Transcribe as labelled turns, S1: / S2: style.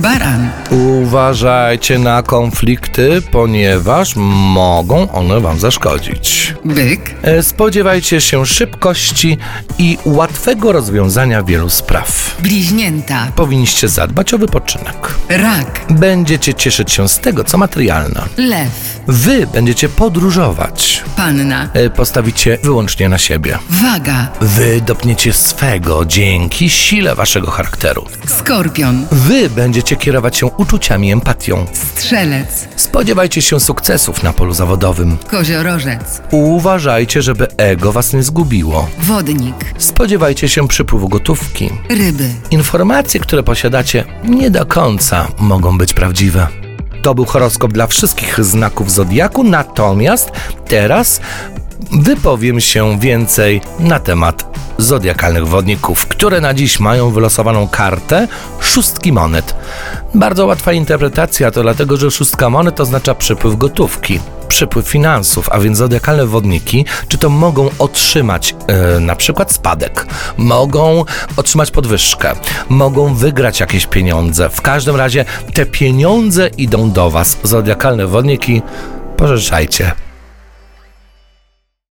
S1: Baran,
S2: Uważajcie na konflikty, ponieważ mogą one Wam zaszkodzić.
S1: byk,
S2: E, Spodziewajcie się szybkości i łatwego rozwiązania wielu spraw.
S1: bliźnięta,
S2: Powinniście zadbać o wypoczynek.
S1: rak,
S2: Będziecie cieszyć się z tego, co materialne.
S1: lew,
S2: Wy będziecie podróżować.
S1: panna,
S2: E, Postawicie wyłącznie na siebie.
S1: waga,
S2: Wy dopniecie swego dzięki sile waszego charakteru.
S1: skorpion,
S2: Wy będziecie kierować się uczuciami i empatią.
S1: strzelec,
S2: Spodziewajcie się sukcesów na polu zawodowym.
S1: koziorożec,
S2: Uważajcie, żeby ego was nie zgubiło.
S1: wodnik,
S2: Spodziewajcie się przypływu gotówki.
S1: ryby.
S2: Informacje, które posiadacie, nie do końca mogą być prawdziwe. To był horoskop dla wszystkich znaków zodiaku, natomiast teraz wypowiem się więcej na temat zodiakalnych wodników, które na dziś mają wylosowaną kartę szóstki monet. Bardzo łatwa interpretacja to dlatego, że szóstka monet oznacza przepływ gotówki przepływ finansów, a więc zodiakalne wodniki, czy to mogą otrzymać e, na przykład spadek, mogą otrzymać podwyżkę, mogą wygrać jakieś pieniądze. W każdym razie te pieniądze idą do Was. Zodiakalne wodniki pożyczajcie.